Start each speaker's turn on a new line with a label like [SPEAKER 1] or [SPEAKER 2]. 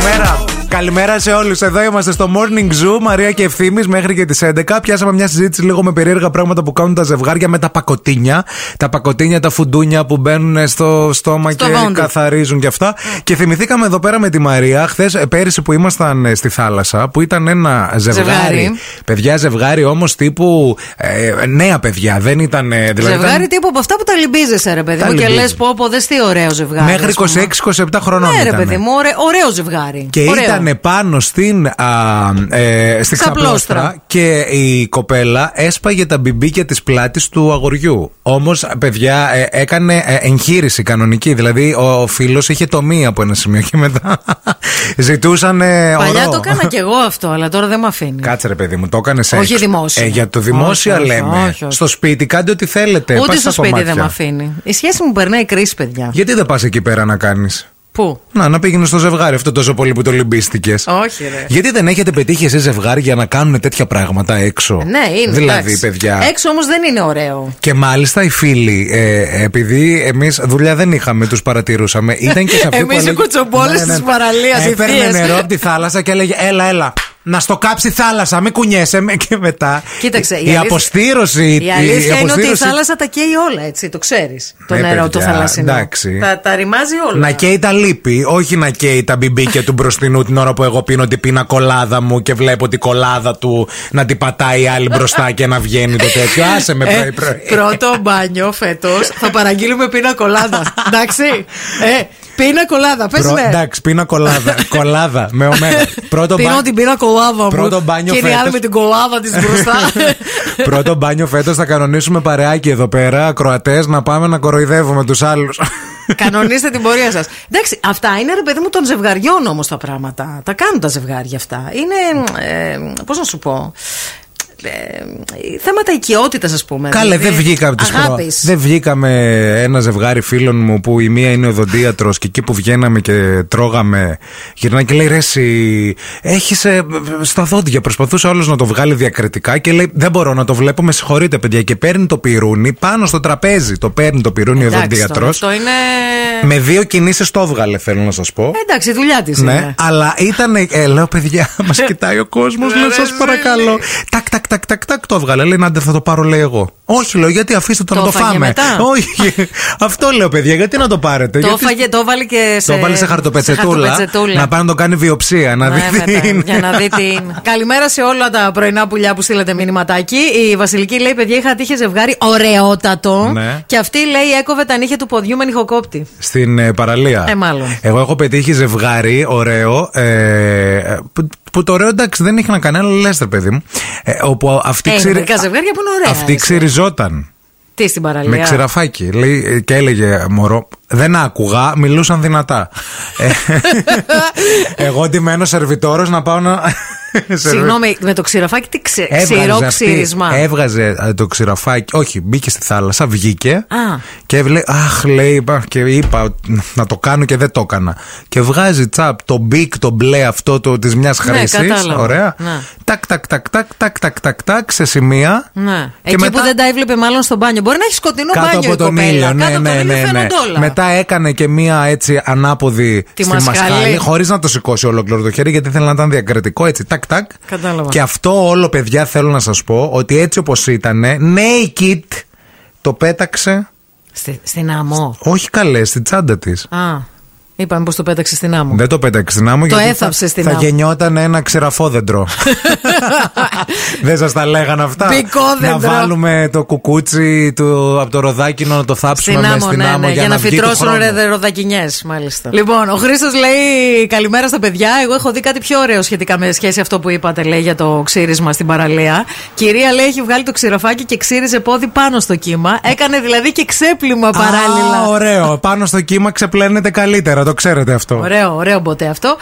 [SPEAKER 1] Καλημέρα. Καλημέρα σε όλους. Εδώ είμαστε στο Morning Zoo. Μαρία και ευθύνη μέχρι και τις 11. Πιάσαμε μια συζήτηση λίγο με περίεργα πράγματα που κάνουν τα ζευγάρια με τα πακοτίνια. Τα πακοτίνια, τα φουντούνια που μπαίνουν στο στόμα
[SPEAKER 2] Στο
[SPEAKER 1] και
[SPEAKER 2] βόντι.
[SPEAKER 1] καθαρίζουν και αυτά. Και θυμηθήκαμε εδώ πέρα με τη Μαρία χθες, πέρυσι που ήμασταν ε, στη θάλασσα, που ήταν ένα ζευγάρι.
[SPEAKER 2] Ζευγάρι.
[SPEAKER 1] Παιδιά, ζευγάρι όμως τύπου ε, νέα παιδιά. Δεν ήταν. ε, Δηλαδή, ήταν
[SPEAKER 2] Ζευγάρι τύπου από αυτά που τα λυμπίζεσαι, ρε παιδί
[SPEAKER 1] Τα
[SPEAKER 2] μου. Και λε,
[SPEAKER 1] λυμπίζεις.
[SPEAKER 2] πω, πω, δες τι ωραίο ζευγάρι.
[SPEAKER 1] Μέχρι
[SPEAKER 2] ας πούμε.
[SPEAKER 1] 26-27 χρονών.
[SPEAKER 2] Ναι, ρε
[SPEAKER 1] ήτανε.
[SPEAKER 2] παιδί μου, ωραίο, ωραίο ζευγάρι.
[SPEAKER 1] Και
[SPEAKER 2] Ωραίο.
[SPEAKER 1] ήταν πάνω στην, α, ε, στη
[SPEAKER 2] Ξαπλώστρα.
[SPEAKER 1] ξαπλώστρα και η κοπέλα έσπαγε τα μπιμπίκια της πλάτης του αγοριού. Όμως, παιδιά, ε, έκανε ε, εγχείρηση κανονική. Δηλαδή, ο, ο φίλος είχε τομή από ένα σημείο και μετά ζητούσαν ε,
[SPEAKER 2] Παλιά
[SPEAKER 1] ωρό.
[SPEAKER 2] το έκανα κι εγώ αυτό, αλλά τώρα δεν με αφήνει.
[SPEAKER 1] Κάτσε ρε παιδί μου, το έκανες σε.
[SPEAKER 2] Όχι δημόσια.
[SPEAKER 1] Ε, για το δημόσια
[SPEAKER 2] Όχι, όχι,
[SPEAKER 1] λέμε.
[SPEAKER 2] όχι, όχι.
[SPEAKER 1] Στο σπίτι, κάντε ό,τι θέλετε.
[SPEAKER 2] Ούτε
[SPEAKER 1] Πάστε στα
[SPEAKER 2] στο σπίτι
[SPEAKER 1] κομμάτια.
[SPEAKER 2] δεν με αφήνει. Η σχέση μου περνάει κρίση, παιδιά.
[SPEAKER 1] Γιατί δεν πας εκεί πέρα να κάνεις.
[SPEAKER 2] Πού?
[SPEAKER 1] Να, να πήγαινε στο ζευγάρι αυτό τόσο πολύ που το λυμπίστηκες.
[SPEAKER 2] Όχι, ρε.
[SPEAKER 1] Γιατί δεν έχετε πετύχει εσείς ζευγάρια να κάνουν τέτοια πράγματα έξω.
[SPEAKER 2] Ναι, είναι.
[SPEAKER 1] Δηλαδή,
[SPEAKER 2] εντάξει.
[SPEAKER 1] παιδιά.
[SPEAKER 2] Έξω όμως δεν είναι ωραίο.
[SPEAKER 1] Και μάλιστα οι φίλοι, ε, επειδή εμείς δουλειά δεν είχαμε, τους παρατηρούσαμε. Ήταν και σε αυτή
[SPEAKER 2] Εμείς οι κουτσομπόλες της παραλίας, οι
[SPEAKER 1] Ναι, Έπαιρνε
[SPEAKER 2] θείες.
[SPEAKER 1] νερό από τη θάλασσα και έλεγε: Έλα, έλα. Να στο κάψει η θάλασσα, μην κουνιέσαι με και μετά.
[SPEAKER 2] Κοίταξε, η
[SPEAKER 1] η,
[SPEAKER 2] αλήθεια-
[SPEAKER 1] αποστήρωση.
[SPEAKER 2] Η αλήθεια είναι ότι η
[SPEAKER 1] αποστήρωση-
[SPEAKER 2] θάλασσα τα καίει όλα, έτσι. Το ξέρεις. Το
[SPEAKER 1] Ναι,
[SPEAKER 2] νερό, το
[SPEAKER 1] παιδιά,
[SPEAKER 2] θαλασσινό.
[SPEAKER 1] εντάξει.
[SPEAKER 2] Τα, τα ρημάζει όλα.
[SPEAKER 1] Να καίει τα λύπη, όχι να καίει τα μπιμπίκια του μπροστινού την ώρα που εγώ πίνω την πίνα κολάδα μου και βλέπω την κολάδα του να την πατάει η άλλη μπροστά και να βγαίνει το τέτοιο. Άσε Ε,
[SPEAKER 2] Ε,
[SPEAKER 1] με πρωί πρωί.
[SPEAKER 2] Πρώτο μπάνιο φέτος θα παραγγείλουμε πίνα κολάδα. Εντάξει. Ε, πίνα κολάδα, πες
[SPEAKER 1] Πρω-
[SPEAKER 2] με.
[SPEAKER 1] Εντάξει, πίνα κολάδα. κολάδα με ομένα. Πρώτο,
[SPEAKER 2] Πίνω
[SPEAKER 1] μπα-
[SPEAKER 2] την πίνα κολάδα μου.
[SPEAKER 1] Πρώτο μπάνιο
[SPEAKER 2] και είναι η άλλη
[SPEAKER 1] φέτος.
[SPEAKER 2] με την κολάδα της μπροστά.
[SPEAKER 1] πρώτο μπάνιο φέτος θα κανονίσουμε παρεάκι εδώ πέρα, Κροατέ, να πάμε να κοροϊδεύουμε τους άλλους.
[SPEAKER 2] Κανονίστε την πορεία σας. Εντάξει, αυτά είναι ρε παιδί μου των ζευγαριών όμως τα πράγματα. Τα κάνουν τα ζευγάρια αυτά. Είναι. Ε, Πώς να σου πω. Ε, θέματα οικειότητας, ας πούμε. Δηλαδή,
[SPEAKER 1] Καλέ, δεν βγήκαμε τις προ-
[SPEAKER 2] Αγάπης.
[SPEAKER 1] Δεν βγήκαμε ένα ζευγάρι φίλων μου που η μία είναι οδοντίατρο και εκεί που βγαίναμε και τρώγαμε, γυρνάει και λέει ρε, εσύ, έχεις στα δόντια. Προσπαθούσε όλο να το βγάλει διακριτικά και λέει δεν μπορώ να το βλέπω, με συγχωρείτε παιδιά. Και παίρνει το πυρούνι πάνω στο τραπέζι. Το παίρνει το πυρούνι ο οδοντίατρο.
[SPEAKER 2] Αυτό είναι. Ε,
[SPEAKER 1] Με δύο κινήσεις το έβγαλε, θέλω να σας πω.
[SPEAKER 2] Εντάξει, η δουλειά της
[SPEAKER 1] Ναι,
[SPEAKER 2] είναι.
[SPEAKER 1] αλλά ήταν. Ε, λέω, παιδιά, μας κοιτάει ο κόσμος,
[SPEAKER 2] Ναι,
[SPEAKER 1] λέω,
[SPEAKER 2] ρε,
[SPEAKER 1] σα
[SPEAKER 2] φίλε.
[SPEAKER 1] παρακαλώ. Τάκ, τάκ, τάκ, τάκ, τάκ, το έβγαλε. Λέει, άντε, θα το πάρω, λέει εγώ. Όχι, λέω, γιατί αφήστε το,
[SPEAKER 2] Το
[SPEAKER 1] να το
[SPEAKER 2] έφαγε
[SPEAKER 1] φάμε.
[SPEAKER 2] μετά.
[SPEAKER 1] Όχι. Αυτό λέω, παιδιά, γιατί να το πάρετε.
[SPEAKER 2] Το
[SPEAKER 1] γιατί...
[SPEAKER 2] έφαγε, Ε, το έβαλε και σε.
[SPEAKER 1] Το βάλει σε χαρτοπετσετούλα.
[SPEAKER 2] χαρτοπετσετούλα.
[SPEAKER 1] Να πάει να το κάνει βιοψία, να
[SPEAKER 2] Ναι,
[SPEAKER 1] δει
[SPEAKER 2] βέβαια,
[SPEAKER 1] τι είναι.
[SPEAKER 2] Για να δει τι είναι. Καλημέρα σε όλα τα πρωινά πουλιά που στείλατε μηνυματάκι. Η Βασιλική λέει: Παιδιά, είχα τύχει ζευγάρι ωραιότατο.
[SPEAKER 1] Ναι.
[SPEAKER 2] Και αυτή λέει: Έκοβε τα νύχια του ποδιού με νυχοκόπτη.
[SPEAKER 1] Στην ε, παραλία.
[SPEAKER 2] Ε, μάλλον.
[SPEAKER 1] Εγώ έχω πετύχει ζευγάρι, ωραίο. Ε, που, που το ωραίο εντάξει δεν έχει να κάνει, αλλά λες, ρε παιδί μου. Ε, όπου αυτή
[SPEAKER 2] Ε, είναι
[SPEAKER 1] ξύρι-
[SPEAKER 2] μερικά ζευγάρια που είναι ωραία,
[SPEAKER 1] Αυτή
[SPEAKER 2] ρε.
[SPEAKER 1] ξυριζόταν.
[SPEAKER 2] Τι στην παραλία.
[SPEAKER 1] Με ξηραφάκι. Λέει, ε, και έλεγε μωρό. Δεν άκουγα, μιλούσαν δυνατά. Ε, εγώ ντυμένο σερβιτόρος να πάω να.
[SPEAKER 2] Συγγνώμη, με το ξηραφάκι τι ξε...
[SPEAKER 1] Έβγαζε
[SPEAKER 2] ξηρό
[SPEAKER 1] αυτή,
[SPEAKER 2] ξύρισμα.
[SPEAKER 1] Έβγαζε ε, το ξηραφάκι. Όχι, μπήκε στη θάλασσα, βγήκε.
[SPEAKER 2] Α.
[SPEAKER 1] Και έβλε, αχ, λέει, είπα, και είπα ότι να το κάνω και δεν το έκανα. Και βγάζει τσαπ το μπικ, το μπλε αυτό το, της μιας χρήση.
[SPEAKER 2] Ναι, κατάλαβα.
[SPEAKER 1] ωραία.
[SPEAKER 2] Ναι.
[SPEAKER 1] Τάκ, τάκ, τάκ, τάκ, τάκ, τάκ, τάκ, τάκ, σε σημεία.
[SPEAKER 2] Ναι.
[SPEAKER 1] Και
[SPEAKER 2] Εκεί
[SPEAKER 1] μετά-
[SPEAKER 2] που δεν τα έβλεπε, μάλλον στο μπάνιο. Μπορεί να έχεις σκοτεινό
[SPEAKER 1] κάτω
[SPEAKER 2] μπάνιο
[SPEAKER 1] από
[SPEAKER 2] η
[SPEAKER 1] τον
[SPEAKER 2] κοπέλα.
[SPEAKER 1] ήλιο. Ναι,
[SPEAKER 2] κάτω από τον
[SPEAKER 1] ναι,
[SPEAKER 2] ήλιο
[SPEAKER 1] ναι, ναι.
[SPEAKER 2] φαίνονται όλα.
[SPEAKER 1] Μετά έκανε και μία έτσι ανάποδη
[SPEAKER 2] Τη
[SPEAKER 1] στη
[SPEAKER 2] μασχαλή.
[SPEAKER 1] μασχάλη, χωρίς να το σηκώσει ολόκληρο το χέρι, γιατί ήθελε να ήταν διακριτικό έτσι. Τάκ, τάκ.
[SPEAKER 2] Κατάλαβα.
[SPEAKER 1] Και αυτό όλο, παιδιά, θέλω να σας πω ότι έτσι όπως ήταν, naked το πέταξε.
[SPEAKER 2] Στη- στην άμμο.
[SPEAKER 1] Όχι καλέ, στην τσάντα της.
[SPEAKER 2] Α, είπαμε πως το πέταξες στην άμμο.
[SPEAKER 1] Δεν το πέταξε στην άμμο
[SPEAKER 2] Το
[SPEAKER 1] γιατί
[SPEAKER 2] έθαψε
[SPEAKER 1] θα,
[SPEAKER 2] στην
[SPEAKER 1] θα
[SPEAKER 2] άμμο.
[SPEAKER 1] γεννιόταν ένα ξεραφόδεντρο. Δεν σας τα λέγανε αυτά.
[SPEAKER 2] Πικόδεντρο.
[SPEAKER 1] Να βάλουμε το κουκούτσι του, από το ροδάκινο να το θάψουμε
[SPEAKER 2] Στην
[SPEAKER 1] μες
[SPEAKER 2] άμμο,
[SPEAKER 1] στην
[SPEAKER 2] ναι,
[SPEAKER 1] άμμο
[SPEAKER 2] ναι, για, να,
[SPEAKER 1] βγει του
[SPEAKER 2] φυτρώσουν
[SPEAKER 1] χρόνου.
[SPEAKER 2] ρε, ροδακινιές, μάλιστα. Λοιπόν, ο Χρήστος λέει καλημέρα στα παιδιά. Εγώ έχω δει κάτι πιο ωραίο σχετικά με σχέση αυτό που είπατε, λέει, για το ξύρισμα στην παραλία. Κυρία λέει έχει βγάλει το ξυραφάκι και ξύριζε πόδι πάνω στο κύμα. Έκανε δηλαδή και ξέπλυμα
[SPEAKER 1] Α,
[SPEAKER 2] παράλληλα.
[SPEAKER 1] ωραίο. Πάνω στο κύμα ξεπλένεται καλύτερα, το ξέρετε αυτό.
[SPEAKER 2] Ωραίο, ωραίο μποτέ αυτό.